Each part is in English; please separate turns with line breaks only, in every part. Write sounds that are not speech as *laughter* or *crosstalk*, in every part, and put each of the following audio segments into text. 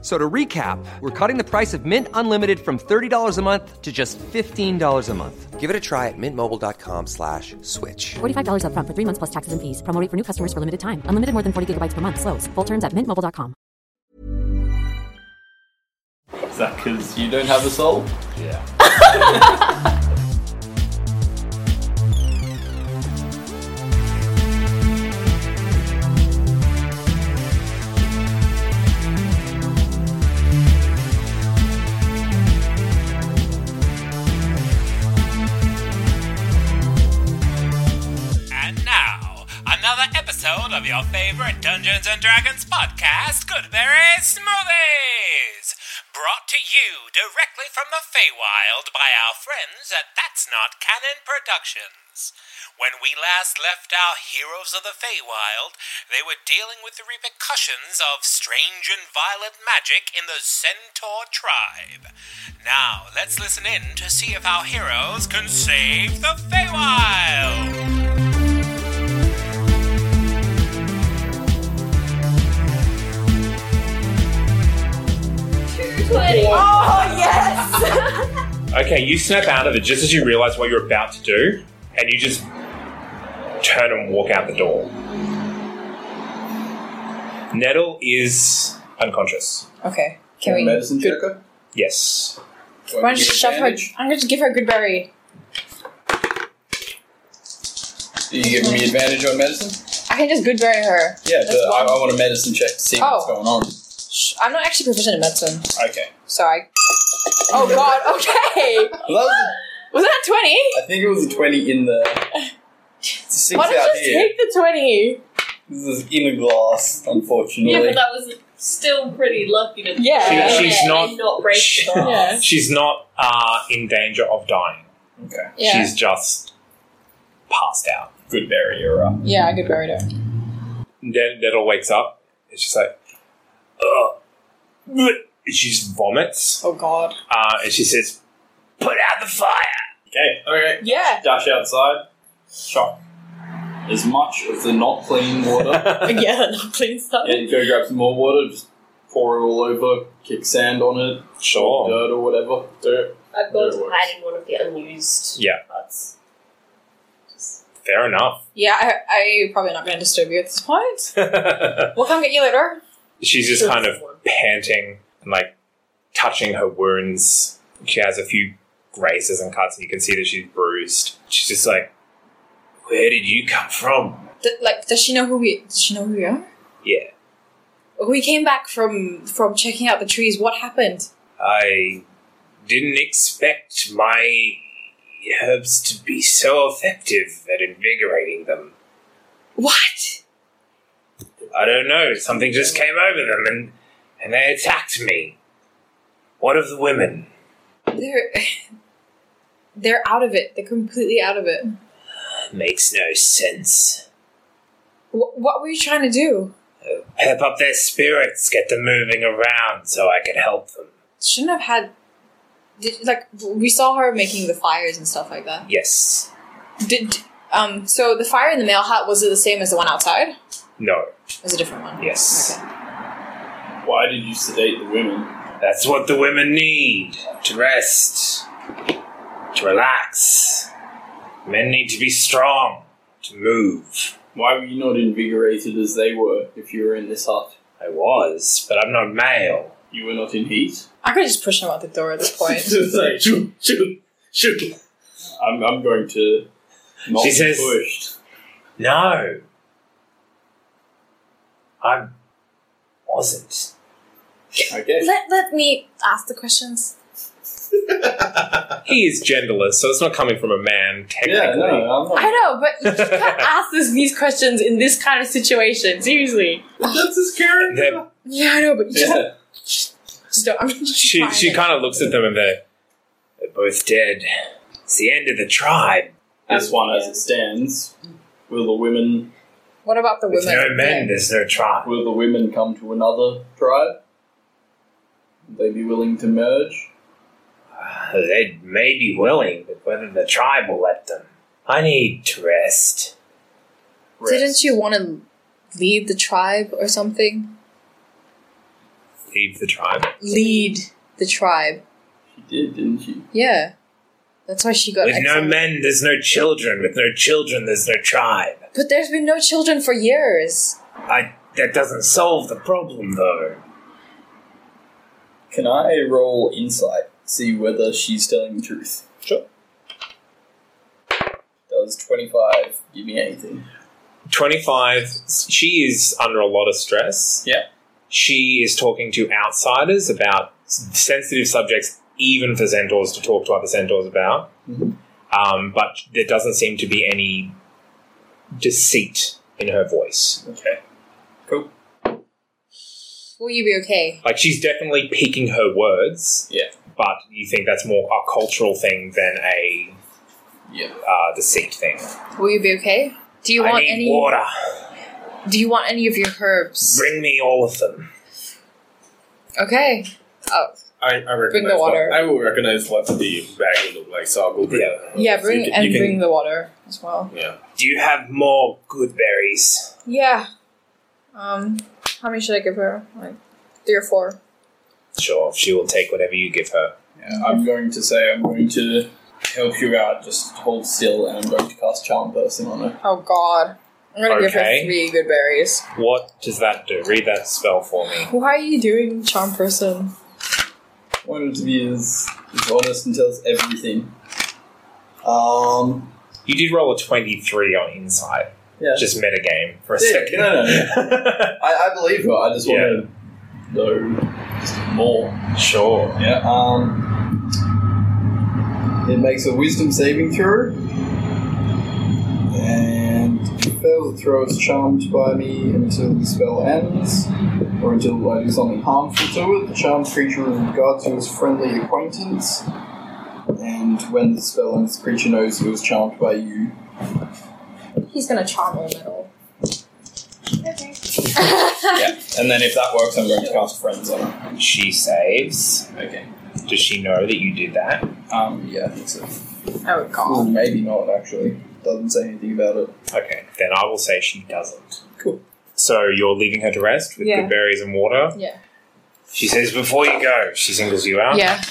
So to recap, we're cutting the price of Mint Unlimited from $30 a month to just $15 a month. Give it a try at mintmobile.com slash switch.
$45 upfront for three months plus taxes and fees. Promo rate for new customers for limited time. Unlimited more than 40 gigabytes per month. Slows. Full terms at mintmobile.com.
Is that because you don't have a soul? Yeah.
And now, another episode of your favorite Dungeons and Dragons podcast, Goodberry Smoothies! Brought to you directly from the Feywild by our friends at That's Not Canon Productions. When we last left our heroes of the Feywild, they were dealing with the repercussions of strange and violent magic in the Centaur tribe. Now, let's listen in to see if our heroes can save the Feywild!
Oh yes!
Okay, you snap out of it just as you realize what you're about to do, and you just turn and walk out the door. Nettle is unconscious.
okay, can we?
Medicine checker?
Yes.
Why don't you shove her? I'm going to give her a good berry.
Are you giving me advantage on medicine?
I can just good berry her.
Yeah,
That's
but I, I
one.
want a medicine check to see what's
Oh.
going on.
Shh, I'm not actually proficient in medicine,
Okay.
so I. Oh God! Okay,
Well, that was
was that twenty?
a, I think it was a 20 in the. It's a 6
Why
out
don't you just
here.
take the twenty?
This is in a glass, unfortunately.
Yeah, but that was still pretty lucky to
Yeah.
Oh, Yeah,
She- she's
and
not-
not break the *laughs* glass.
Yeah.
She's not uh, in danger of dying.
okay.
Yeah,
She's just passed out.
Good barrier up.
yeah, I good berry her.
Net- Nettle wakes up. It's just like, ugh. And She just vomits,
Oh God!
uh, and she says, "Put out the fire."
Okay. Okay.
Yeah,
Dash outside. Shock. As much of the not clean water.
yeah, not clean stuff.
and go grab some more water, just pour it all over, kick sand on it,
Sure.
dirt or whatever. Dirt.
I've gone
No
to
worries.
hide in one of the unused
Yeah.
parts.
Fair enough.
Yeah, I, I'm probably not going to disturb you at this point. We'll come get you later.
She's just kind of panting and like touching her wounds. She has a few grazes and cuts, and you can see that she's bruised. She's just like, "Where did you come from?"
D- like, does she know who we? Does she know who we are?
Yeah,
We came back from from checking out the trees. What happened?
I didn't expect my herbs to be so effective at invigorating them.
What?
I don't know. Something just came over them, and and they attacked me. What of the women?
They're *laughs* they're out of it. They're completely out of it.
Makes no sense.
Wh- what were you trying to do?
Pep up their spirits, get them moving around so I can help them.
Shouldn't have had. Did, like we saw her making the fires and stuff like that.
Yes.
Did um. So the fire in the mail hut was it the same as the one outside? It
No.
was a different one.
Yes.
Okay.
Why did you sedate the women?
That's what the women need to rest, to relax. Men need to be strong, to move.
Why were you not invigorated as they were if you were in this hut?
I was, but I'm not male.
You were not in heat.
I could just push him out the door at this point. *laughs*
Just like, shoo, shoo, shoo. I'm, I'm going to not
She
be
says-
pushed.
No. I wasn't.
Okay.
let let me ask the questions.
He is genderless, so it's not coming from a man,
Yeah, no, I'm not.
I know, but you
*laughs*
can't ask this, these questions in this kind of situation. Seriously.
That's his character.
They're-
Yeah, I know, but you just,
Yeah.
just don't. I'm just *laughs*
she
trying
she
to-
kind of looks at them and they're, they're both dead. It's the end of the tribe.
This one, as it stands, will the women
What about the
With
women?
no men,
Yeah.
there's no tribe.
Will the women come to another tribe? Would they be willing to merge?
They may be willing, but whether the tribe will let them. I need to rest.
Didn't you want to lead the tribe or something?
Leave the tribe.
Lead the tribe.
She did, didn't she?
Yeah. That's why she got
With no
exiled.
men, there's no children. With no children, there's no tribe.
But there's been no children for years.
I, that doesn't solve the problem, though.
Can I roll insight? See whether she's telling the truth.
Sure.
Does 25 give me anything?
25, she is under a lot of stress.
Yeah.
She is talking to outsiders about s- sensitive subjects, even for centaurs to talk to other centaurs about.
Mm-hmm.
Um, but there doesn't seem to be any deceit in her voice.
Okay. Cool.
Will you be okay?
Like, she's definitely picking her words,
Yeah.
but you think that's more a cultural thing than a
Yeah.
uh, deceit thing.
Will you be okay? Do you
I
want
need
any
water.
Do you want any of your herbs?
Bring me all of them.
Okay. Oh,
I, I recognize
Bring the water.
What, I will recognize what the bag would look like, so I will bring.
Yeah.
yeah,
so
bring
you can-
and
you can-
bring the water as well.
Yeah.
Do you have more good berries?
Yeah. Um how many should I give her? Like three or four.
Sure, she will take whatever you give her.
Yeah, I'm going to say I'm going to help you out. Just hold still, and I'm going to cast charm person on her.
Oh god. I'm gonna give her
Okay.
three good berries.
What does that do? Read that spell for me.
Why are you doing charm person?
I want her to be as, as honest and tell us everything. Um.
You did roll a 23 on insight.
Yeah.
Just metagame for a
Yeah,
second.
no,
*laughs*
I, I believe her. I just want to know just more.
sure.
Yeah. Um. It makes a wisdom saving throw. And fails the throw is charmed by me until the spell ends, or until I do something harmful to it. The charmed creature is regarded to as friendly acquaintance, and when the spell ends, the creature knows it was charmed by you.
He's gonna charm all metal.
yeah, and then if that works, I'm going to cast friends on it.
She saves.
Okay.
Does she know that you did that?
Um, yeah, I think so.
Oh
Ooh,
god.
maybe not, actually. Doesn't say anything about it.
Okay, then I will say she doesn't.
Cool.
So you're leaving her to rest with
Yeah.
good berries and water.
Yeah.
She says, Before you go, she singles you out.
Yeah.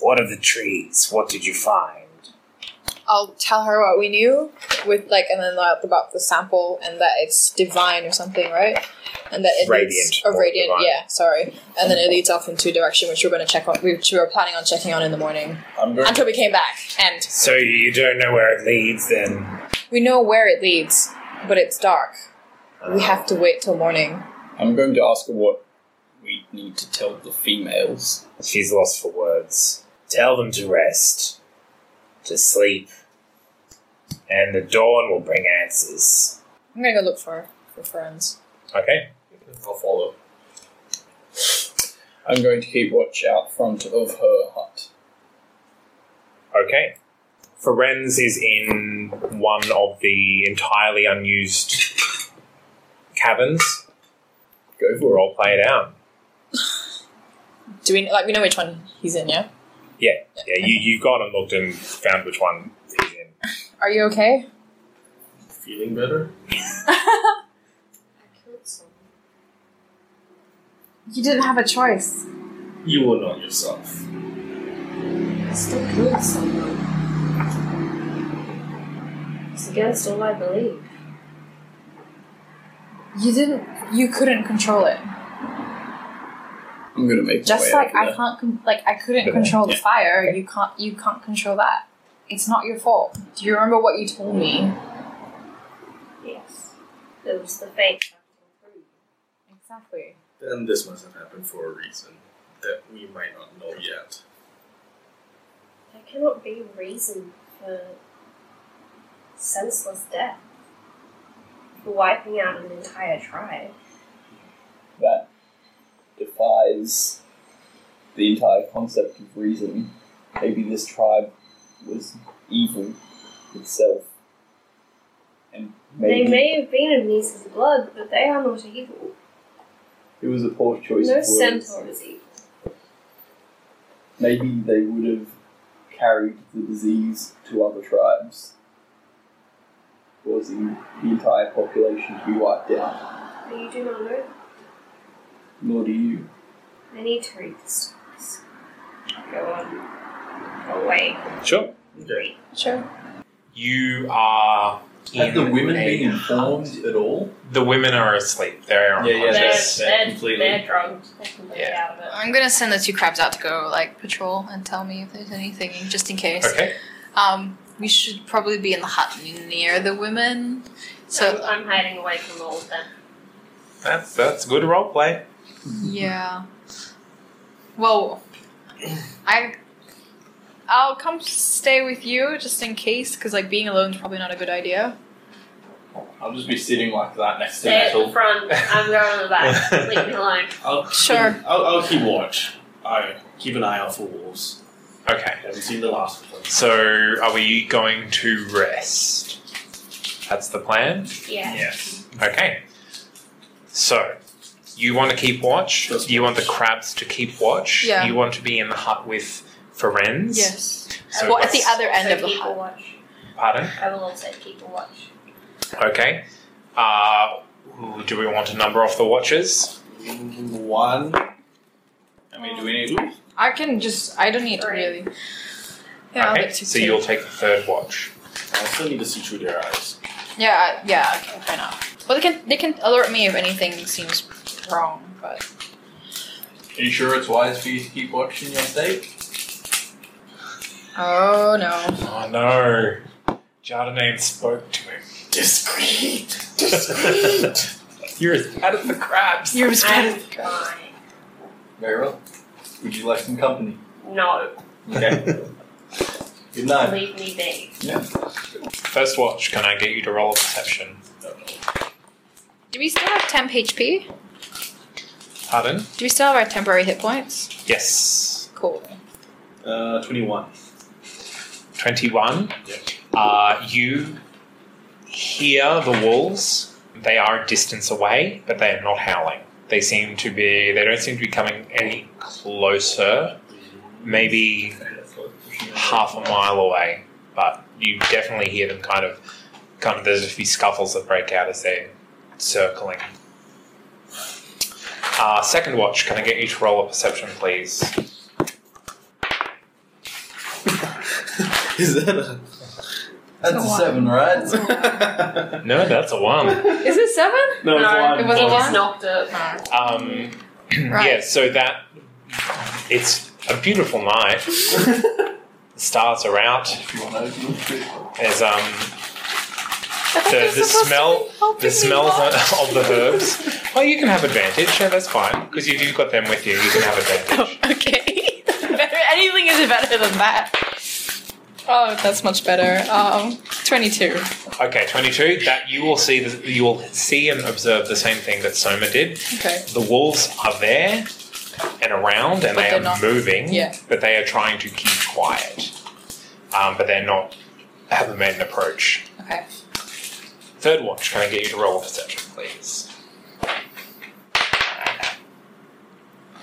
What are the trees? What did you find?
I'll tell her what we knew with like and then like about the sample and that it's divine or something, right? And that it
Radiant
leads oh,
or
radiant,
divine.
yeah, sorry. And then it leads off into a direction which we're gonna check on which we were planning on checking on in the morning.
I'm going
Until we came back. And
So you don't know where it leads then?
we know where it leads, but it's dark. We have to wait till morning.
I'm going to ask her what we need to tell the females.
She's lost for words. Tell them to rest, to sleep, and the dawn will bring answers.
I'm gonna go look for for friends.
Okay.
I'll follow. I'm going to keep watch out front of her hut.
Okay. Ferenz is in one of the entirely unused cabins.
Go for
We're all played out.
Do we like we know which one he's in, yeah?
Yeah, yeah. You you gone and looked and found which one he's in.
Are you okay?
Feeling better?
killed someone.
You didn't have a choice.
You will not yourself.
I still killed someone. It's against all I believe.
You didn't you couldn't control it.
I'm going to make my
Just
way
like
over
I
there.
can't, con- like I couldn't control the fire. You can't, you can't control that. It's not your fault. Do you remember what you told me?
Yes. There was the fake acting
Exactly.
Then this must have happened for a reason that we might not know yet.
There cannot be reason for senseless death. For wiping out an entire tribe.
That defies the entire concept of reason. Maybe this tribe was evil itself and
Maybe.
They may have been of Nisa's blood, but they are not evil.
It was a poor choice
No
of words.
centaur is evil.
Maybe they would have carried the disease to other tribes, causing the entire population to be wiped out.
But you do not know.
Nor do you.
I need to read the stories. Go on. Go away.
Sure.
Okay.
Sure.
You are.
Have
in
the women
a-
been informed at all?
The women are asleep. They're
Yeah, yeah,
they're,
that's-
unconscious.
that
they're,
completely-
they're drunk. They can get
Yeah.
out of it.
I'm gonna send the two crabs out to go like patrol and tell me if there's anything, just in case.
Okay.
Um, we should probably be in the hut near the women. So
I'm, I'm hiding away from all of them.
That's that's good role play.
yeah. Well, I I'll come stay with you just in case, because like being alone is probably not a good idea.
I'll just be sitting like that next
Stay at the front. I'm going to the *laughs* back. Leave me alone.
I'll
Sure.
I'll, I'll keep watch. I keep an eye out for wolves.
Okay.
Haven't seen the last one.
So are we going to rest? That's the plan.
Yeah.
Yes.
Okay. So, you want to keep watch?
That's
You want the crabs to keep watch?
Yeah.
You want to be in the hut with Ferenz?
Yes.
So
well, at the
that's-
other end
so
of the
keep a
hut.
watch.
Pardon?
I will also keep a watch.
Okay. Uh, do we want to number off the watches?
One. I mean, do we need to?
I can just. I don't need to
Three.
really. Yeah. I'll
okay.
get two-
So
two.
you'll take the third watch.
I still need to see through their eyes.
Yeah. I- Yeah. Okay. Fair enough. Well, they can they can alert me if anything seems wrong, but.
Are you sure it's wise for you to keep watching your steak?
Oh no.
Oh no. Jardinane spoke to him.
Discreet. Discreet.
*laughs* You're as bad as the crabs.
You're
I'm fine.
Very well. Would you like some company?
No.
Okay. *laughs* Good night.
Leave me be.
First watch, can I get you to roll a perception?
Do we still have temp HP?
Pardon?
Do we still have our temporary hit points?
Yes.
Cool.
Uh, twenty-one.
21.
Yep.
Uh, you hear the wolves. They are a distance away, but they are not howling. They seem to be. They don't seem to be coming any closer. Maybe half a mile away, but you definitely hear them kind of, kind of. There's a few scuffles that break out as they're circling. Uh, second watch. Can I get you to roll a perception, please?
Is that a? That's a seven, *laughs* right?
No, that's a one.
Is it seven?
no, it's
No,
one. *laughs*
It was a
It's
one.
knocked it.
Um, *clears throat*
Right.
Yeah, so that it's a beautiful night. The stars are out.
If you want to open the fridge.
There's um
you're
the,
supposed to
the smell
be helping
the
me
smell
watch.
of the herbs. Well, you can have advantage. Yeah, that's fine because if you've got them with you, you can
*laughs*
have advantage.
okay. Anything is better than that. Oh, that's much better. Um, twenty-two.
Okay, twenty-two. That you will see. The, you will see and observe the same thing that Soma did.
Okay.
The wolves are there and around, and
But
they
they're
are
not-
moving.
yeah.
But they are trying to keep quiet. Um, but they're not. Haven't made an approach.
Okay.
Third watch, can I get you to roll a perception, please?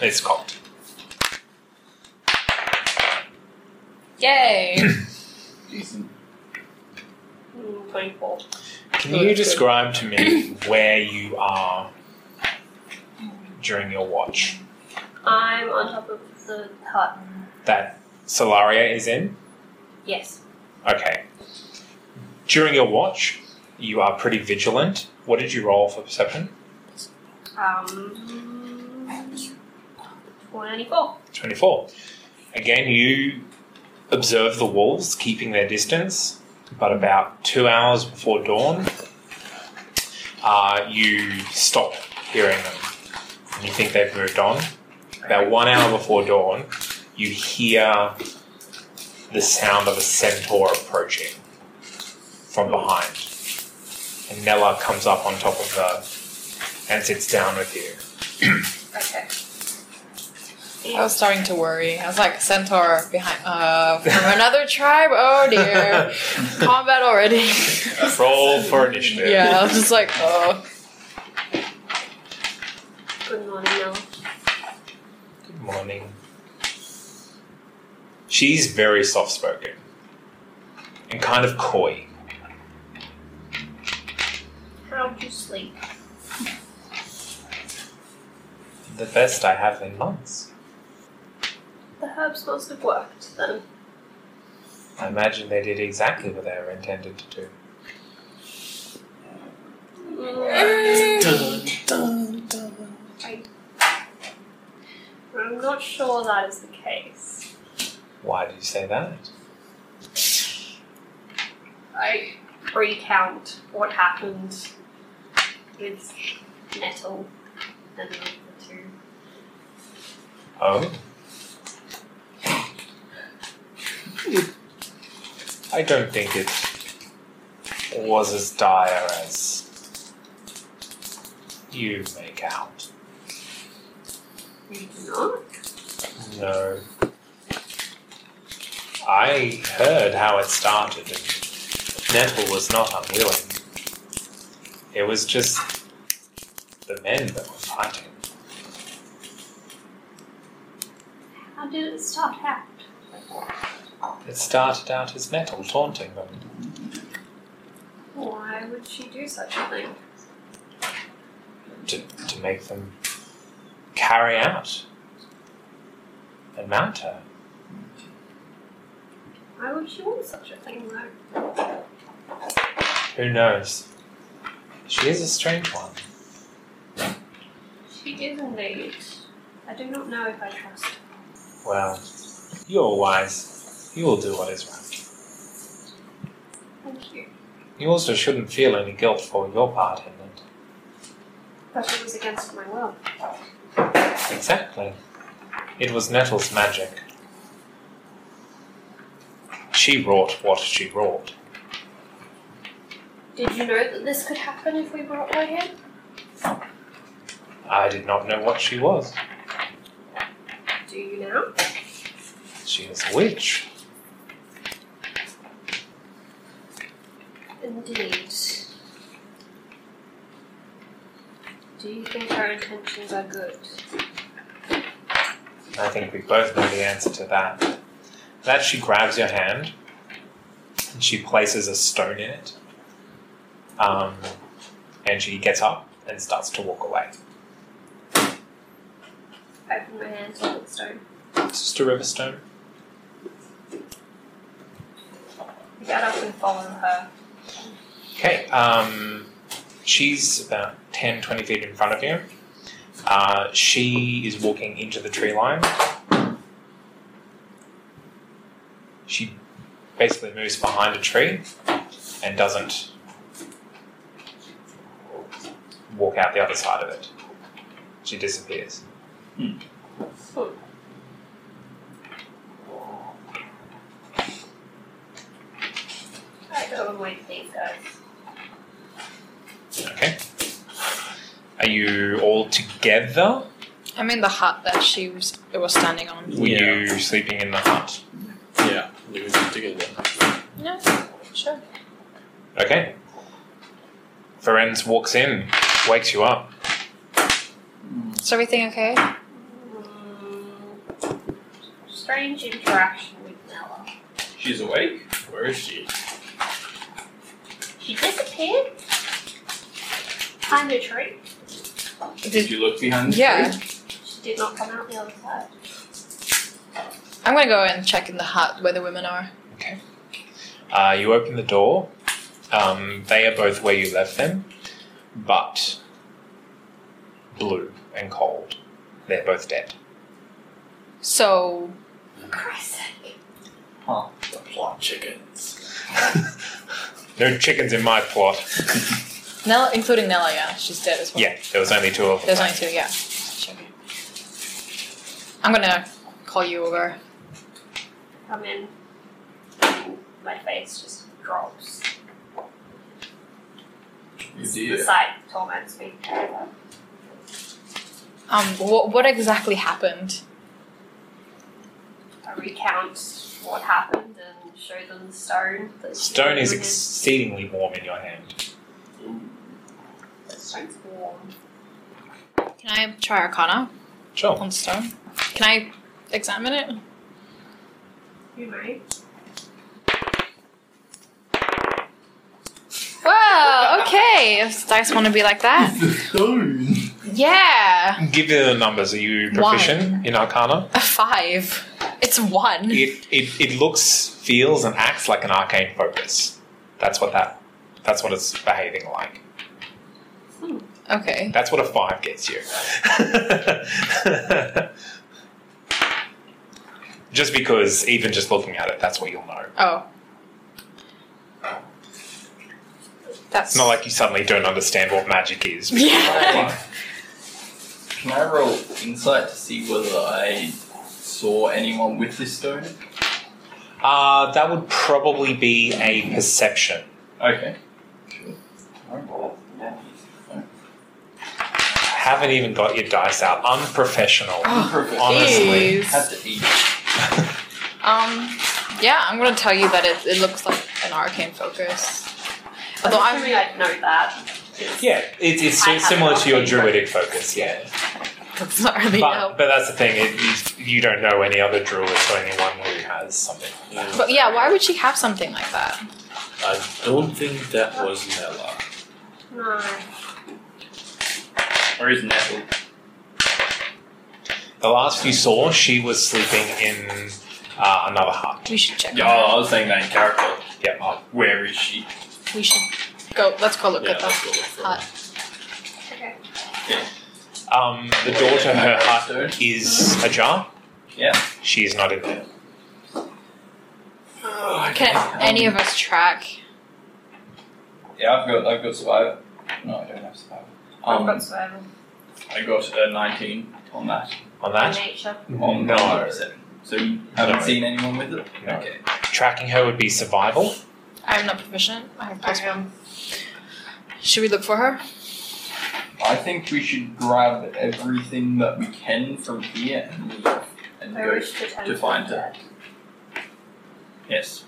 It's cocked.
Yay.
Decent.
Mm, 24.
Can you describe to me where you are during your watch
I'm on top of the hut.
that Solaria is in?
Yes.
Okay. During your watch, you are pretty vigilant. What did you roll for perception?
Um, 24.
24. Again, you observe the wolves keeping their distance, but about two hours before dawn, uh, you stop hearing them and you think they've moved on. About one hour before dawn, you hear the sound of a centaur approaching from behind. And Nella comes up on top of the and sits down with you.
Okay.
I was starting to worry. I was like, centaur behind, uh, from another tribe? Oh dear. *laughs* Combat already.
*laughs* Roll for initiative.
yeah, I was just like, oh.
Good morning, now.
Good morning. She's very soft spoken and kind of coy.
How'd you sleep?
The best I have in months.
The herbs must have worked then.
I imagine they did exactly what they were intended to do.
I'm not sure that is the case.
Why do you say that?
I recount what happened with metal and the two.
Oh. I don't think it was as dire as you make out.
You do not?
No. I heard how it started, and Nettle was not unwilling. It was just the men that were fighting.
How did it start out?
It started out as Nettle taunting them.
Why would she do such a thing?
to, to make them carry out and mount her.
Why would she want such a thing though?
Who knows? She is a strange one.
She is indeed. I do not know if I trust her.
Well, you're wise. You will do what is right.
Thank you.
You also shouldn't feel any guilt for your part in it.
But it was against my will.
Exactly. It was Nettle's magic. She wrought what she wrought.
Did you know that this could happen if we brought her here?
I did not know what she was.
Do you now?
She is a witch.
Indeed. Do you think our intentions are good?
I think we both know the answer to that. That she grabs your hand and she places a stone in it. Um, and she gets up and starts to walk away.
Open my hand to the stone.
It's just a river stone.
I get up and follow her.
Okay, um, she's about 10, 20 feet in front of you. Uh, she is walking into the tree line. She basically moves behind a tree and doesn't walk out the other side of it. She disappears.
I go and wait for these guys.
Okay. Are you all together?
I'm in the hut that she was, it was standing on.
Were
Yeah.
you sleeping in the hut?
Yeah, we would be together.
No, sure.
Okay. Ferenz walks in, wakes you up.
Is everything okay?
Mm, strange interaction with Nella.
She's awake? Where is she?
She disappeared? Behind a tree.
Did you look behind the
Yeah.
tree?
She did not come out the other side.
I'm gonna go and check in the hut where the women are.
Uh, you open the door. Um, they are both where you left them, but blue and cold. They're both dead. *laughs*
So,
Christ's sake.
Huh. The plot chickens.
No chickens in my plot. *laughs*
Nella, including Nella, yeah, she's dead as well.
Yeah, there was only two of them.
There's only two, yeah. Sure. I'm gonna call you over.
Come in. My face just drops.
You
The
did.
sight torments me.
Um, what, what exactly happened?
I recount what happened and show them the stone. That
Stone is exceedingly warm in your hand.
The stone's warm.
Can I try Arcana
Sure.
on stone? Can I examine it?
You may.
Well, okay. If dice want to be like that,
*laughs*
yeah.
Give you the numbers. Are you proficient in Arcana?
A five. It's one.
It, it it looks, feels, and acts like an arcane focus. That's what that. That's what it's behaving like.
Okay.
That's what a five gets you. *laughs* just because, even just looking at it, that's what you'll know.
Oh. That's
It's not like you suddenly don't understand what magic is. because
Yeah.
you're like, "Wow."
*laughs* Can I roll insight to see whether I saw anyone with this stone?
Uh, that would probably be a perception.
Okay. Sure.
Haven't even got your dice out. Unprofessional.
Oh.
Perfect.
Honestly.
Jeez.
Have to eat.
Um, yeah, I'm gonna tell you that it, it looks like an arcane focus. Although
I'm
I'm
assuming I'd know that.
Yeah, it, it's
I have
similar to your
nothing.
druidic focus, yeah.
that's not really
But,
help.
but that's the thing, it, you, you don't know any other druid or anyone who has something.
But yeah, why would she have something like that?
I don't think that was Nella.
No.
Or is Nettle?
The last you saw, she was sleeping in uh, another hut.
We should check. on
Yeah, I was saying that in character.
Yep.
Oh, where is she?
her. We should go. Let's go look
Yeah,
at
that's
that.
what we're
hut.
Okay.
Um, the door to her hut is ajar.
Yeah.
She's not in there.
Can any of us track?
Yeah, I've got I've got survivor. No, I don't have survivor.
I've got
Um,
survival.
I got a 19 on that.
On that?
Nature.
On
Mm-hmm. No.
perception. So you haven't
No.
seen anyone with it?
No.
Okay.
Tracking her would be survival.
I'm not proficient. I have plus
I am.
one. Should we look for her?
I think we should grab everything that we can from here and leave and
I
go.
wish to tend
to find
the
her.
dead.
Yes.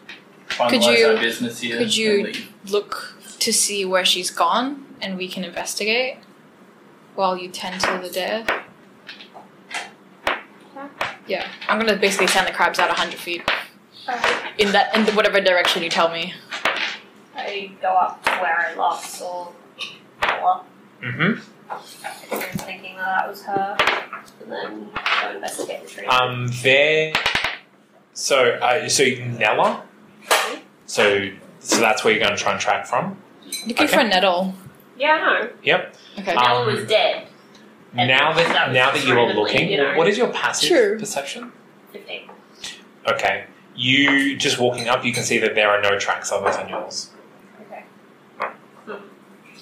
Could
Finalize
you-
our business here.
could you-
and leave.
Look to see where she's gone, and we can investigate while you tend to the dead. Yeah, I'm gonna basically send the crabs out 100 feet
Alright.
in that in whatever direction you tell me.
I go up to where I last saw Nella.
Mm-hmm.
and thinking that that was her, and then go investigate the tree.
Um, there. So, uh, so Nella. So, so that's where you're going to try and track from.
Looking for a nettle.
yeah, no.
Yep.
Okay.
Um,
Nella was dead. And
now that,
that was
now that you are
randomly,
looking,
you know.
what is your passive
True.
perception?
Fifteen.
Okay. You just walking up, you can see that there are no tracks other than yours.
Okay.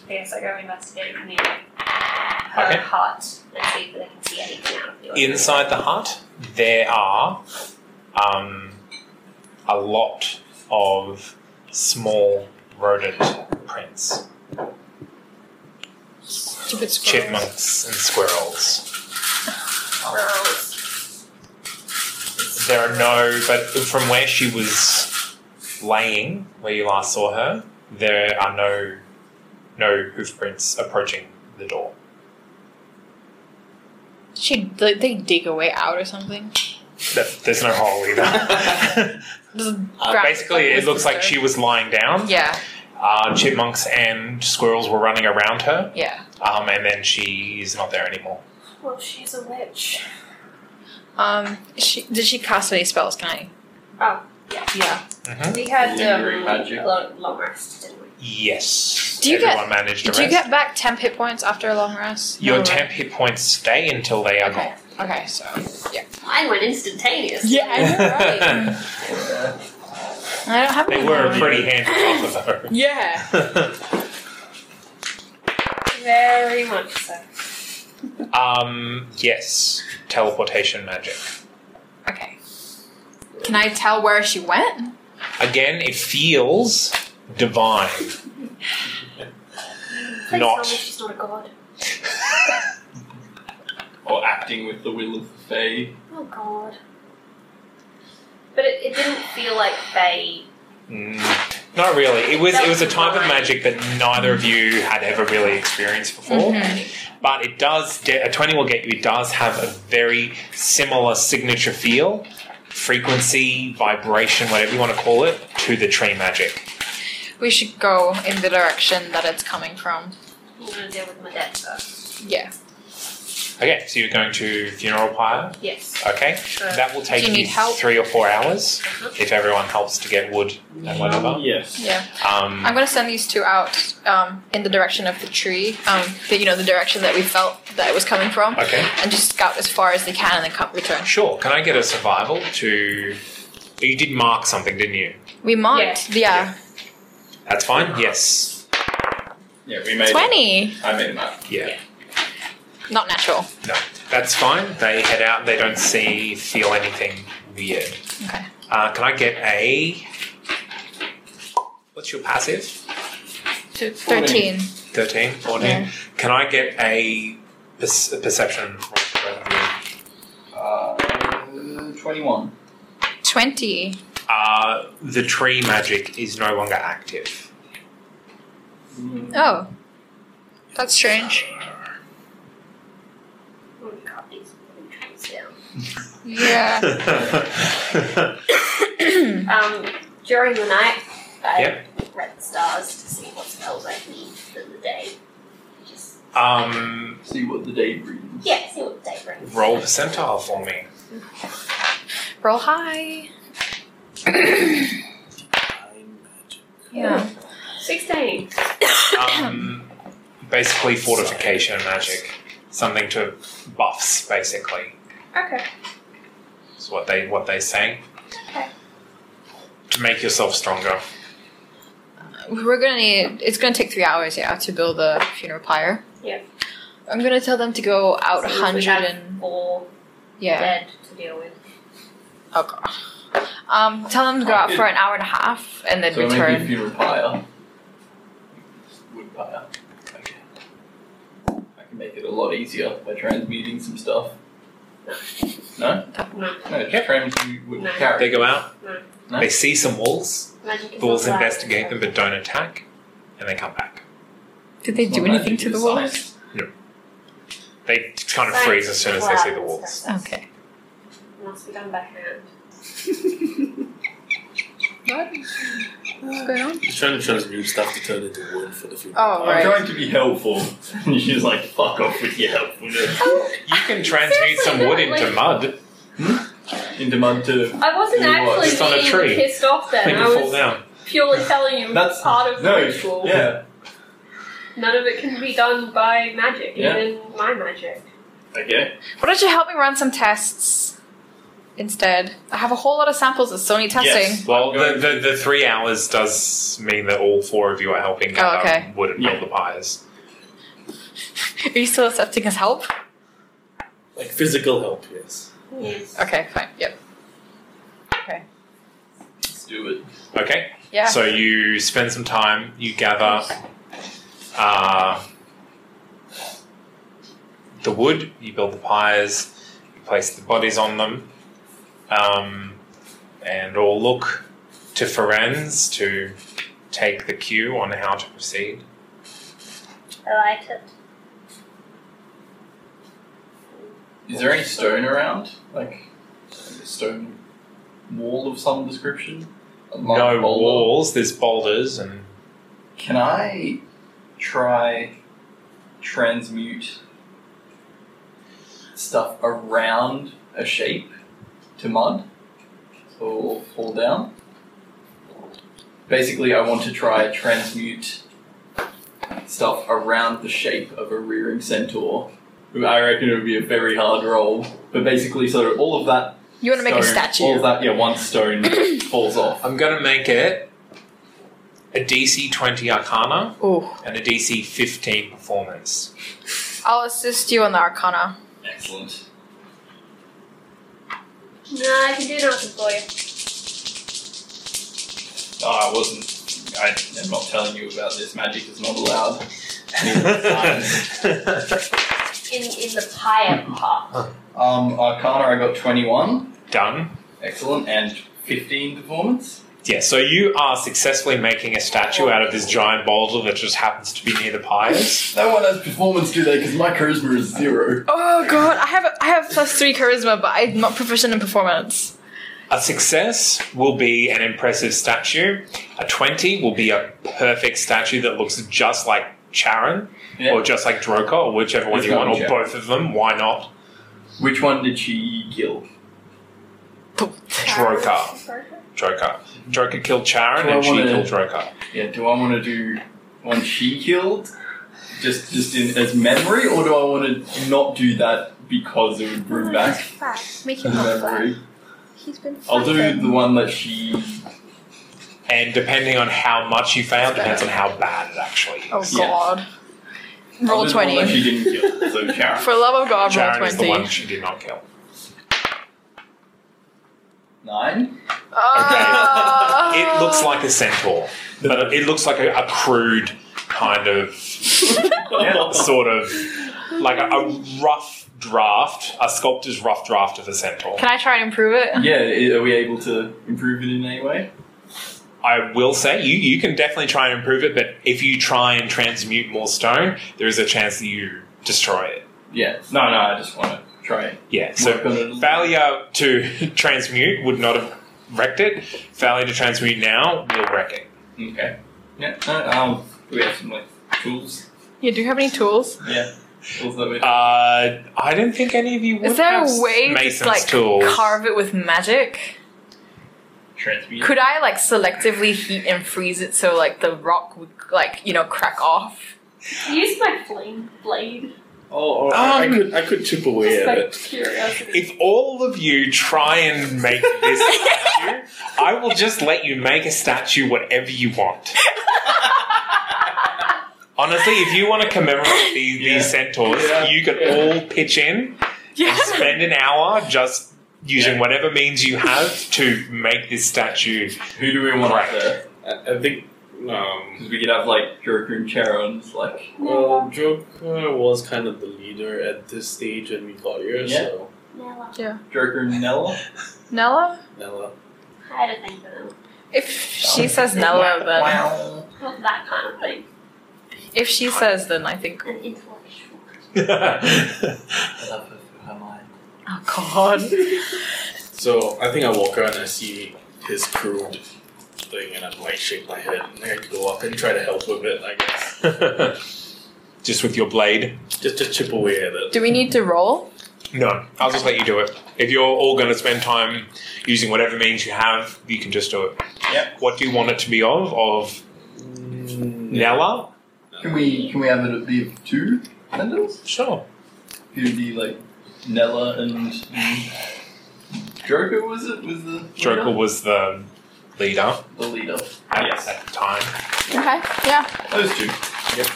Yes, I go investigate near her
Okay.
hut and see if they can see anything out of the ordinary.
Inside the hut, there are um, a lot of small rodent prints,
Stupid squirrel.
chipmunks, and squirrels.
Squirrels.
There are no, but from where she was laying, where you last saw her, there are no no hoof prints approaching the door.
She they, they dig a way out or something.
There- There's no hole either. *laughs*
Just
Uh,
grab-
basically, it looks like she was lying down.
Yeah,
Uh, chipmunks and squirrels were running around her,
yeah.
um, and then she's not there anymore.
Well, she's a witch.
Um, she did she cast any spells? Can I?
Oh, yeah.
Yeah.
We had
Lingering
um,
magic.
a long, long rest, didn't we?
Yes.
Do you get-
Everyone managed to
Do you
rest.
get back temp hit points after a long rest?
Your
No, right?
temp hit points stay until they are
Okay.
gone.
Okay. So.
Mine went instantaneous.
I don't have
*laughs* they
any
were
more.
pretty handy off of
Yeah.
her.
*laughs* Very much so.
*laughs* um, yes. Teleportation magic.
Okay. Can I tell where she went?
Again, it feels divine.
Please
Not-
tell me she's not a god.
Or acting with the will of the Fae.
Oh god. But it, it didn't feel like they.
Mm, not really. It was
That
it was a
was
type of
mine.
magic that neither of you had ever really experienced before.
Mm-hmm.
But it does de- a twenty will get you. It does have a very similar signature feel, frequency, vibration, whatever you want to call it, to the tree magic.
We should go in the direction that it's coming from.
I'm gonna deal with my dad first.
Yeah.
Okay, so you're going to funeral pyre.
Yes.
Okay,
So,
that will take
Do you
you,
need help?
three or four hours
Uh-huh.
if everyone helps to get wood and whatever.
Yes.
Yeah.
Um,
I'm gonna send these two out um, in the direction of the tree. Um, the, you know, the direction that we felt that it was coming from.
okay.
And just scout as far as they can and then come return.
Sure. Can I get a survival to? You did mark something, didn't you?
We marked, uh, yeah,
That's fine. Yes.
Yeah, we made. it.
20.
I made that.
Yeah.
Not natural.
No, that's fine. They head out. They don't see, feel anything weird.
Okay.
Uh, can I get a? What's your passive?
So 13.
13, 14.
Yeah.
Can I get a, perce- a perception? roll for both of you?
Uh, Twenty-one.
20.
Uh, the tree magic is no longer active.
Mm-hmm.
Oh. That's strange.
Oh,
I'm gonna cut these fucking trees down.
Yeah.
*laughs* okay.
Um, during the night, I
Yeah.
read the stars to see what spells I need for the day. Just
Um,
See what the day brings.
yeah, see what the day brings.
roll percentile for me.
Roll high. Yeah.
Sixteen.
um, basically fortification magic, something to buffs. Basically,
Okay.
is what they what they say
Okay.
to make yourself stronger.
We're gonna need, it's gonna take three hours, yeah, to build a funeral pyre.
Yeah.
I'm gonna tell them to go out
See if we
100
have
and.
four
Yeah.
dead to deal with.
Oh god. Um, tell them to go out for an hour and a half and then
So maybe a
return.
funeral pyre. Wood pyre. Okay. I can make it a lot easier by transmuting some stuff. No?
No.
No, just
Yep.
transmute wood
No.
carrot.
They go out.
No.
They see some wolves.
Magic is
The wolves
not allowed.
investigate them but don't attack, and they come back.
Did they
It's
do
not
anything
magic,
to the
it's
wolves?
science.
They kind of freeze as soon as they see the wolves.
Okay.
Must be done by hand.
What? What's going on?
He's trying to transmute stuff to turn into wood for the future.
Oh,
I'm
right.
trying to be helpful. *laughs* And she's like, fuck off with your helpfulness.
Oh,
You can transmute
Seriously,
some wood
no,
into
like-
mud.
Into mud too.
I wasn't
Really
actually
was.
Just on a
being
tree.
pissed off
Make
then.
it
I
fall
was
down.
purely telling you
That's
part of
no,
the ritual.
Yeah.
None of it can be done by magic,
Yeah.
even my magic.
Okay.
Why don't you help me run some tests instead? I have a whole lot of samples that still need testing.
Yes.
Well, the, the, the three hours does mean that all four of you are helping
Oh,
gather
okay.
wood and build
Yeah.
the pyres.
*laughs* Are you still accepting his help?
Like physical help, yes.
Yes.
Okay, fine. Yep. Okay.
Let's do it.
Okay.
Yeah.
So you spend some time, you gather uh, the wood, you build the pyres, you place the bodies on them, um, and all look to Ferenz to take the cue on how to proceed.
Oh,
I liked it.
Is there any stone around? Like a stone wall of some description? A large
no
boulder?
walls, there's boulders and
Can I try transmute stuff around a shape to mud so it'll fall down? Basically, I want to try transmute stuff around the shape of a rearing centaur. I reckon it would be a very hard roll, but basically, sort of all of that.
you want to make a
stone- All
statue?
of that, yeah, one stone *clears throat* falls off.
I'm gonna make it a DC 20 Arcana
Oh.
and a DC 15 Performance.
I'll assist you on the Arcana.
Excellent.
No, I can do nothing for you.
Oh, I wasn't. I am not telling you about this. Magic is not *laughs* allowed.
In in the pyre part.
Um, Arcana, I got 21.
Done.
Excellent. And 15 performance.
Yeah, so you are successfully making a statue out of this giant boulder that just happens to be near the pyres.
No one has performance, do they? Because my charisma is zero.
Oh god, I have I have plus three charisma, but I'm not proficient in performance.
A success will be an impressive statue. A 20 will be a perfect statue that looks just like Charon,
Yeah.
or just like Droka, or whichever one
It's
you want,
gotta
or
be Charon.
both of them. Why not?
Which one did she kill?
Oh,
Droka. Droka. Droka killed Charon,
Do I
and she
wanna-
killed Droka.
Yeah, do I want to do one she killed? Just just in, as memory, or do I want to not do that because it would bring back
Make
*laughs*
him not flat.
memory?
Oh, He's been
I'll do
flattened.
the one that she.
And depending on how much you fail, depends on how bad it actually is.
Oh
Yeah.
god.
I'll
Roll
do the one that she
twenty.
didn't kill. So Charon.
For love of God,
Charon
roll
is the one *laughs*
twenty.
she did not kill.
Nine.
Ah.
It looks like a centaur, but it looks like a, a crude kind of
*laughs*
*laughs*
sort of like a, a rough draft, a sculptor's rough draft of a centaur.
*laughs* Can I try and improve it?
Yeah, i- are we able to improve it in any way?
I will say you you can definitely try and improve it, but if you try and transmute more stone, there is a chance that you destroy it.
Yeah. No, no, I just want to try it.
Yeah, so
Work on it.
failure to *laughs* transmute would not have wrecked it. Failure to transmute now will wreck it.
Okay. Yeah. No, um, we have some like tools.
Yeah, do you have any tools?
Yeah. *laughs* Tools that we.
Uh, I don't think any of you would
Is there
have
a way
Mason's
to like
tools.
carve it with magic?
Transmute.
Could I like selectively heat and freeze it so like the rock would like you know crack off?
Use my flame blade.
Oh, oh, I, I
Um,
could I could chip away
Just
at
like
it.
curiosity.
If all of you try and make this statue, I will just let you make a statue whatever you want. Honestly, if you want to commemorate these,
Yeah.
these centaurs,
Yeah.
you could
Yeah.
all pitch in and spend an hour just using
Yeah.
whatever means you have to make this statue.
Who do we want
Right.
up there?
I, I think um,
Because we could have like Joker and Charon's like.
well, Joker was kind of the leader at this stage, and we got here, so
Nella.
Joker and Nella.
Nella?
Nella.
I had a thing for them.
If she says Nella, then
Wow.
Well, that kind of thing.
if she says, then I think.
An intellectual.
*laughs*
I love her for her mind.
Oh God!
So I think I walk around and I see his crude thing, and I'm like shake my head, and I go up and try to help with it. I guess
*laughs* just with your blade.
just just chip away at it.
Do we need to roll?
No, I'll just let you do it. If you're all going to spend time using whatever means you have, you can just do it.
Yep.
What do you want it to be of? Of
Mm,
Nella?
Can we can we have it be of two candles?
Sure.
Could it be like Nella and Joker? Was it? Was the
Joker
leader?
was the leader
the leader?
at,
Ah, Yes.
at the time.
Okay. Yeah.
Oh,
Those two.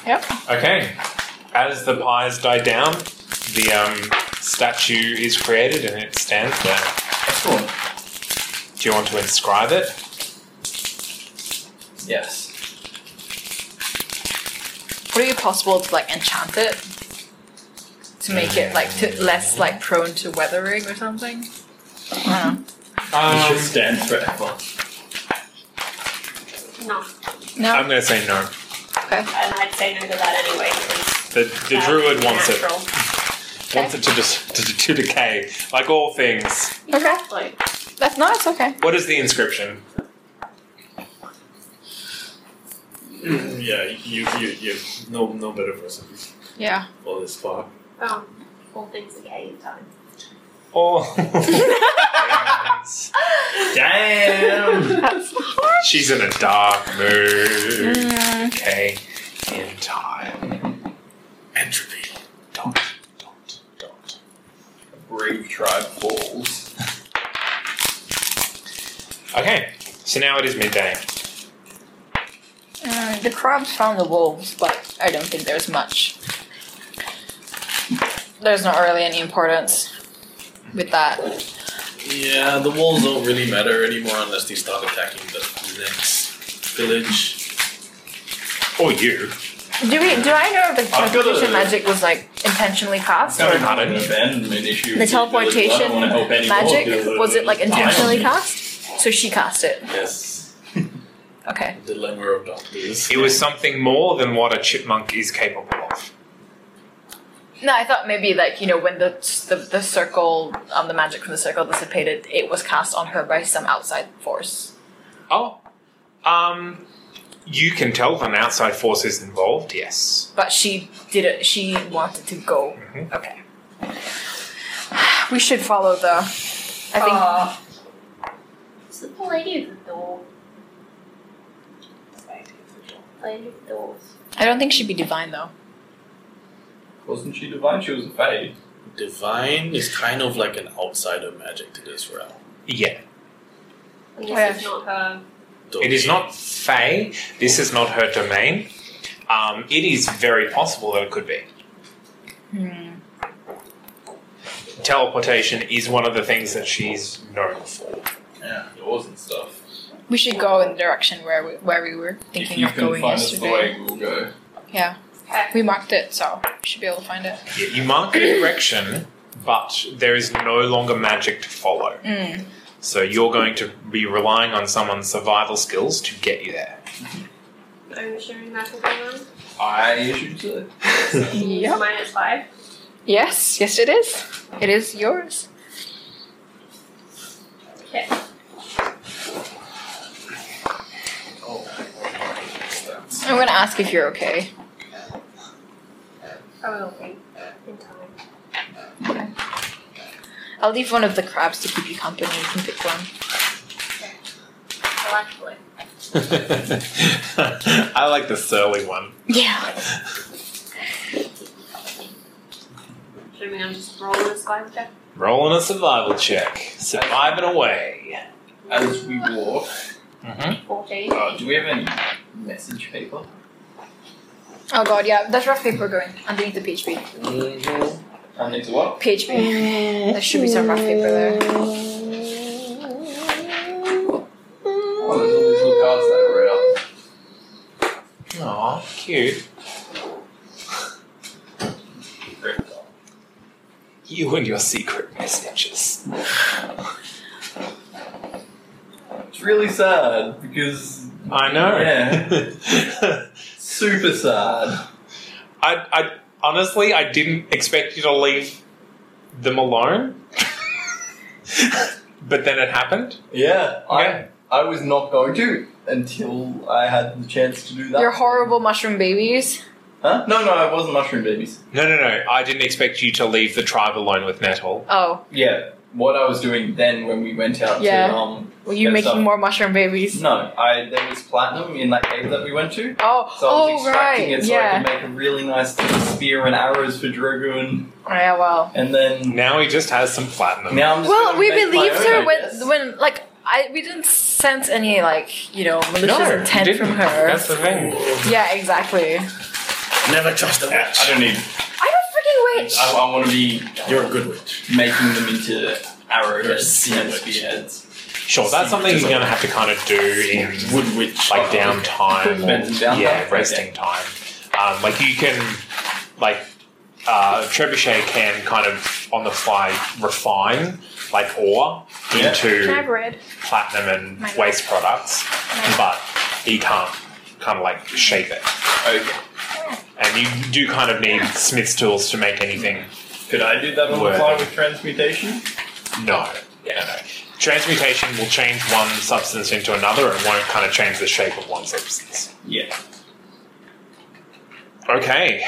Yep.
Okay. As the pyres die down, the um, statue is created and it stands there.
Excellent.
Do you want to inscribe it?
Yes.
Would it be possible to like enchant it to make it like to, less like prone to weathering or something? I don't know.
It
Um,
should stand forever.
No.
No.
I'm going to say no.
Okay.
And I'd say no to that anyway. because
The, the
that would
druid
be
wants it
natural.
wants it to, dis- to, to decay, like all things.
Okay.
Like,
That's no. It's okay.
What is the inscription?
*clears throat* Yeah, you you you no no better person
Yeah.
for this far.
oh, all things decay in time.
Oh,
Damn.
That's
she's in a dark mood. Okay, in time.
Entropy.
Dot, dot, dot.
Brave tribe falls.
Okay, so now it is midday.
Mm, the crabs found the wolves, but I don't think there's much. There's not really any importance with that.
Yeah, the walls don't really matter anymore unless they start attacking the next village.
Or you.
Do we? Do I know if the
I've got
teleportation
a-
magic was like intentionally cast?
Kind
Or
of had an abandonment issue.
the teleportation
I don't want to help anymore
magic
because, uh,
was it like
it's
intentionally
fine.
cast? So she cast it.
Yes.
Okay.
The dilemma of doctors.
It was something more than what a chipmunk is capable of.
No, I thought maybe like you know when the the, the circle, um, the magic from the circle dissipated, it was cast on her by some outside force.
Oh, um, you can tell when outside force is involved. Yes.
But she did it. She wanted to go.
Mm-hmm.
Okay. We should follow the. I think.
It's the poor lady with the door. Lady with the doors.
I don't think she'd be divine though.
Wasn't she divine? She was a fae.
Divine is kind of like an outsider magic to this realm.
Yeah.
And this
Yeah.
is not her.
It is not Fey. This is not her domain. Um, it is very possible that it could be. Hmm. Teleportation is one of the things that she's known for.
Yeah, it wasn't stuff.
We should go in the direction where we where we were
If
thinking
you
of
can
going
find us the
yesterday.
way, we'll go.
Yeah. We marked it, so we should be able to find it.
Yeah, you mark the direction, but there is no longer magic to follow.
Mm.
So you're going to be relying on someone's survival skills to get you there.
I'm assuming that's what going on.
I should say.
Yep.
Minus five.
Yes, yes, it is. It is yours.
Okay.
Oh,
I'm gonna ask if you're okay.
I will wait Oh, in time.
I'll leave one of the crabs to keep you company. You can pick one.
I like boy.
*laughs* I like the surly one.
Yeah.
Assuming I'm just rolling this five check.
Rolling a survival check. Surviving away.
As we walk,
Mm-hmm.
14.
uh, do we have any message paper?
Oh god, yeah. That's rough paper going underneath the PHP.
I need to what?
PHP. There should be some rough paper there.
Oh, there's all these little cards that are read up.
Aw, cute. You and your secret messages.
It's really sad because
I know.
super sad.
*laughs* I, I honestly, I didn't expect you to leave them alone, *laughs* but then it happened.
Yeah,
Yeah.
I I was not going to until I had the chance to do that.
You're horrible mushroom babies.
Huh? No, no, I wasn't mushroom babies.
No, no, no. I didn't expect you to leave the tribe alone with Nettle.
Oh,
Yeah, what I was doing then when we went out
Yeah.
to um.
were you
Yeah,
making
so-
more mushroom babies?
No, I there was platinum in that cave that we went to.
Oh,
So I was
oh
extracting
right,
it so I
yeah.
could make a really nice spear and arrows for Drogoon.
Oh, yeah, well,
And then
Now he just has some platinum.
now I'm just
well,
gonna
we
make my
believed
own,
her
I
when,
guess.
when like I we didn't sense any like you know malicious
no, you
intent
didn't.
from her.
That's the thing.
yeah, exactly. I'm
Never trust a witch.
I don't need.
a freaking witch.
I, I want to be
You're a good witch.
making them into arrowheads
You're a
and
sandwich.
spearheads.
Sure, that's something you're going to have to kind of do in
Wood witch.
like downtime,
Spend some
or,
downtime?
yeah,
Okay.
resting time. Um, like you can, like uh, trebuchet can kind of on the fly refine like ore
Yeah.
into
Can I have red?
platinum and
My
waste products,
My-
but he can't kind of like shape it.
Okay.
And you do kind of need smith's tools to make anything.
Could I do that on the
Word.
fly with transmutation?
No, no, no. Transmutation will change one substance into another. It won't kind of change the shape of one substance.
Yeah.
Okay.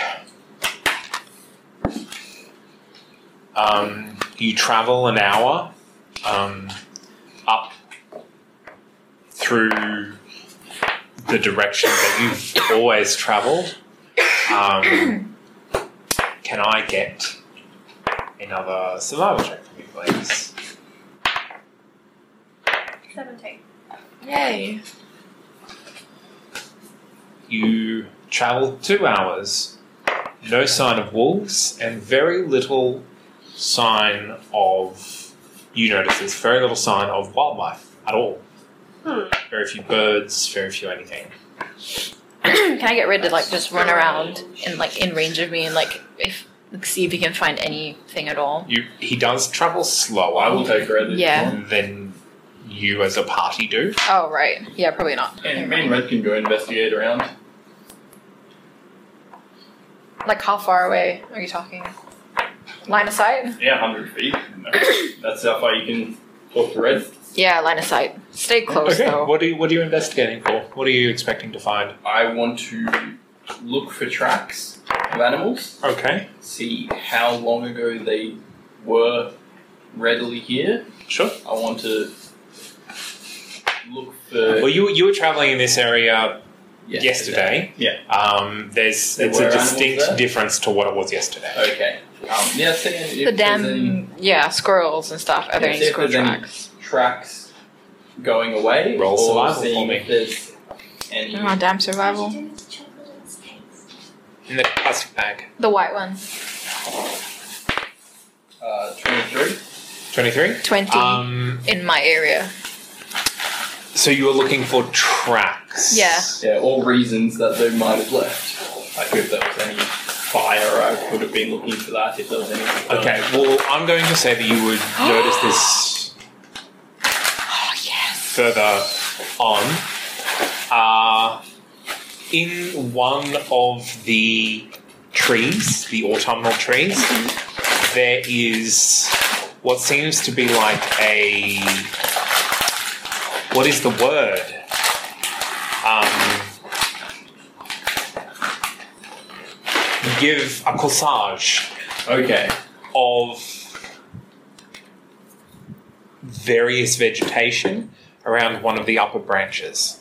Um, you travel an hour um, up through the direction that you've always traveled. Um, can I get another survival check from you, please?
17.
Yay!
You travel two hours, no sign of wolves, and very little sign of. You notice there's very little sign of wildlife at all.
Hmm.
Very few birds, very few anything.
can I get rid to like just run around and like in range of me and like if like, see if you can find anything at all?
You, he does travel slower
I will take red.
Oh, Yeah.
than you as a party do.
Oh, right. Yeah, probably not.
And me and Red can go investigate around.
Like, how far away are you talking? Line of sight?
Yeah, 100 feet. No, that's how far you can talk to Red.
Yeah, line of sight. Stay close,
okay.
though.
What are you, what are you investigating for? What are you expecting to find?
I want to look for tracks of animals,
Okay.
see how long ago they were readily here.
Sure.
I want to look for.
Well, you you were traveling in this area
Yeah,
yesterday.
Yeah.
Um, there's
There
it's
were
a
animals
distinct
there?
difference to what it was yesterday.
Okay. Um, yeah, see if
the
there's
damn,
any-
yeah, squirrels and stuff. Are there
Yeah,
any
see if
squirrel
there's any
tracks?
tracks going away,
Roll
or
survival
seeing
for
if there's any.
Oh, damn survival.
In the plastic bag.
The white one.
Uh, 23.
Twenty three.
20
Um,
in my area.
so you were looking for tracks.
Yeah.
Yeah, all reasons that they might have left. Like if there was any fire, I would have been looking for that. If there was any.
Okay. Well, I'm going to say that you would notice this further on. Uh, in one of the trees, the autumnal trees, there is what seems to be like a. What is the word? Um, give a corsage
Okay.
of various vegetation around one of the upper branches.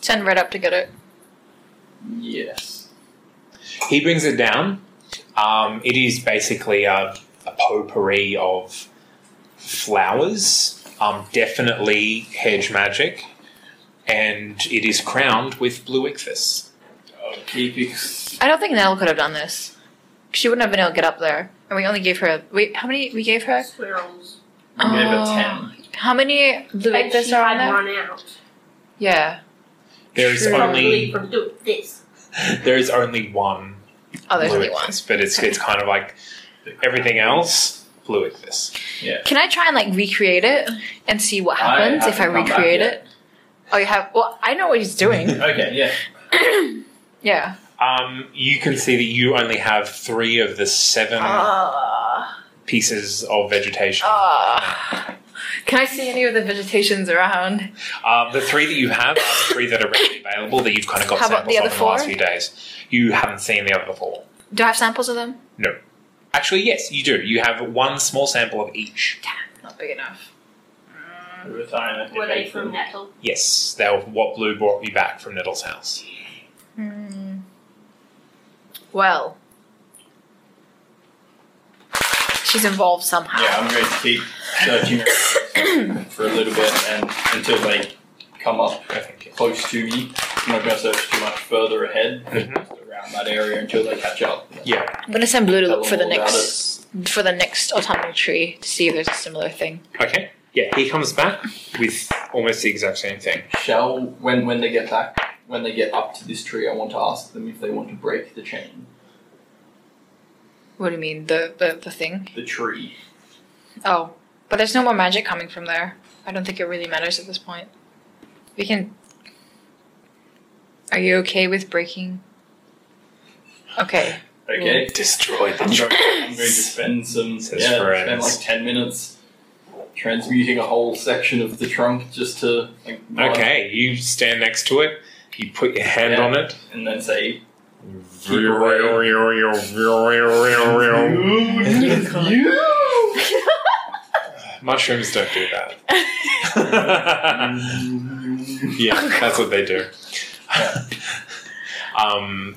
Send Red up to get it.
Yes.
He brings it down. Um, it is basically a, a potpourri of flowers, um, definitely hedge magic, and it is crowned with blue ichthys.
Oh, keep ex-
I don't think Nell could have done this. She wouldn't have been able to get up there. And we only gave her. Wait, how many we gave her?
Squirrels.
we gave it
Oh.
10.
How many blue
Like
ictus
she
are on
had
there?
one out.
Yeah.
There is
True.
*laughs*
Probably
only
from doing this.
there is only one
Oh, there's
blue
only one.
ichthys, but it's it's kind of like everything else blue ichthys.
Can I try and like recreate it and see what
I
happens if I
haven't come back
recreate
yet.
it? Oh, you have. Well, I know what
*laughs*
he's doing.
Okay. Yeah.
yeah.
Um, you can see that you only have three of the seven
Ah.
pieces of vegetation.
Ah. Can I see any of the vegetations around?
Uh, the three that you have are the three that are readily available that you've kind of got
How about
samples
the
of in
other
the last
four?
few days. You haven't seen the other four.
Do I have samples of them?
No. Actually, yes, you do. You have one small sample of each.
Not big enough.
We were trying to
Were they
debate
from
them.
nettle?
*laughs* Yes, they were what Blue brought me back from Nettle's house.
Hmm. Well, she's involved somehow.
Yeah, I'm going to keep searching around for a little bit and until they come up
Perfect.
close to me. I'm not going to search too much further ahead,
Mhm.
just around that area until they catch up.
Yeah.
I'm gonna send Blue to
Tell
look
them
for the
all about
next for the next autumnal tree to see if there's a similar thing.
Okay. Yeah, he comes back with almost the exact same thing.
Shall when when they get back, when they get up to this tree, I want to ask them if they want to break the chain,
What do you mean the the, the thing?
the tree.
Oh, but there's no more magic coming from there. I don't think it really matters at this point. We can. Are you okay with breaking? Okay.
Okay.
Mm.
Destroy
I'm going, I'm going to spend some
Says
yeah,
friends.
spend like ten minutes transmuting a whole section of the trunk just to like
Okay, you stand next to it, you put your hand
Yeah.
on it,
and then say you.
Mushrooms don't do that. yeah, that's what they do. um,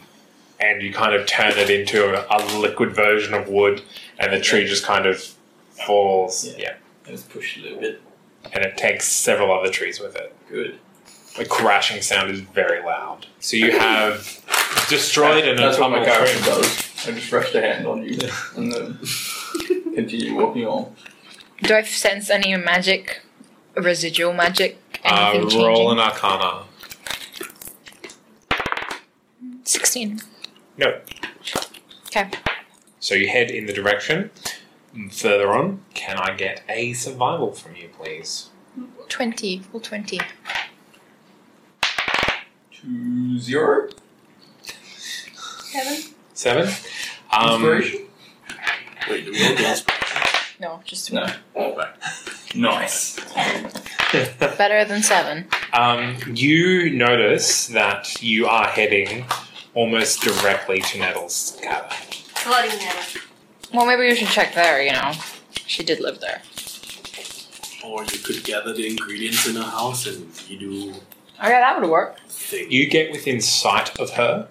and you kind of turn it into a, a liquid version of wood, and the tree just kind of falls. Yeah.
Yeah. *laughs* Let's push a little bit.
and it takes several other trees with it.
Good.
The crashing sound is very loud. So you have destroyed an
That's what my
atomic
character
bomb.
does. I just rest a hand on you and
*laughs*
then continue walking on.
Do I sense any magic, residual magic,
Uh,
anything changing?
roll an arcana.
Sixteen.
No.
Okay.
So you head in the direction. Further on, can I get a survival from you, please?
Twenty. Full twenty.
Two zero.
Seven.
Seven. Um,
Inspiration?
Wait, do we all do this?
No, just
No.
Nice.
better than seven.
Um, you notice that you are heading almost directly to Nettle's cabin.
Flooding now.
Well, maybe we should check there. You know, she did live there.
Or you could gather the ingredients in a house and you do
Okay, that would work.
things.
You get within sight of her,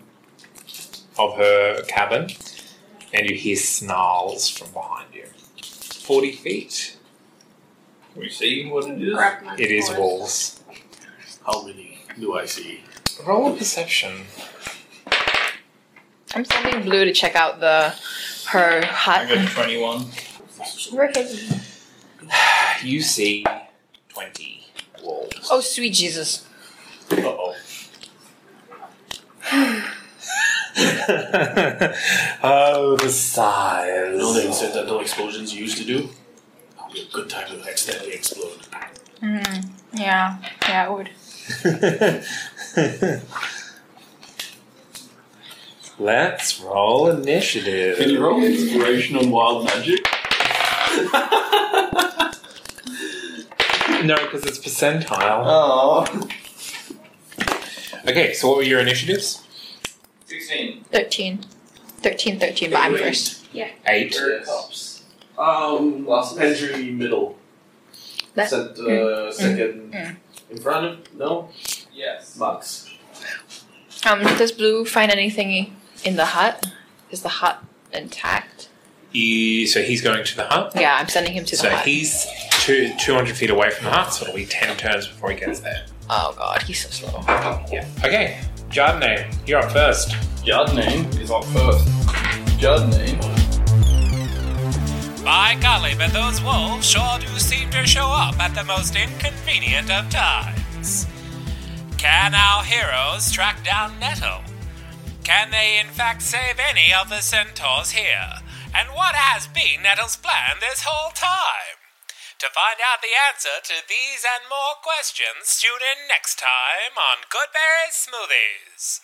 of her cabin, and you hear snarls from behind you. 40 feet.
We see what it is.
Wrapped my
It is
cord.
wolves.
How many do I see?
Roll a perception.
I'm sending Blue to check out the her
I
hut.
got a twenty-one.
Ricky.
You see 20 wolves.
Oh, sweet Jesus!
Uh oh.
oh, the size.
You know the accidental explosions you used to do? That'll be a good time to accidentally explode.
Yeah, yeah, it would.
*laughs* Let's roll initiative.
Can you roll inspiration on wild magic?
No, because it's percentile.
Oh.
Oh. Okay, so what were your initiatives?
Sixteen.
13. 13, 13, but I'm first.
Eight.
Yes.
Um,
Last
entry middle.
That-
Set, uh, second
mm.
in front of no
Yes.
Max.
Um, does Blue find anything in the hut? Is the hut intact?
You, so he's going to the hut.
Yeah, I'm sending him to the
So
hut.
he's two, 200 feet away from the hut, so it'll be 10 turns before he gets there.
oh god, he's so slow.
Yeah. Okay, Jardine, you're up first.
Jardine is up first. Jardine.
By golly, but those wolves sure do seem to show up at the most inconvenient of times. Can our heroes track down Nettle? Can they in fact save any of the centaurs here? And what has been Nettle's plan this whole time? To find out the answer to these and more questions, tune in next time on Goodberry Smoothies.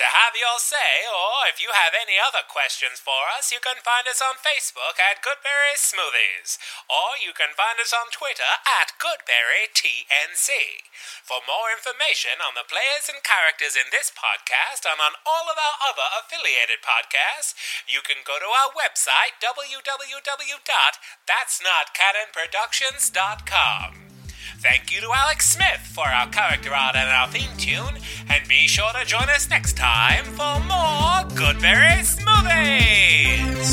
To have your say, or if you have any other questions for us, you can find us on Facebook at Goodberry Smoothies, or you can find us on Twitter at Goodberry TNC. For more information on the players and characters in this podcast and on all of our other affiliated podcasts, you can go to our website www.that'snotcanonproductions.com. Thank you to Alex Smith for our character art and our theme tune, and be sure to join us next time for more Goodberry Smoothies!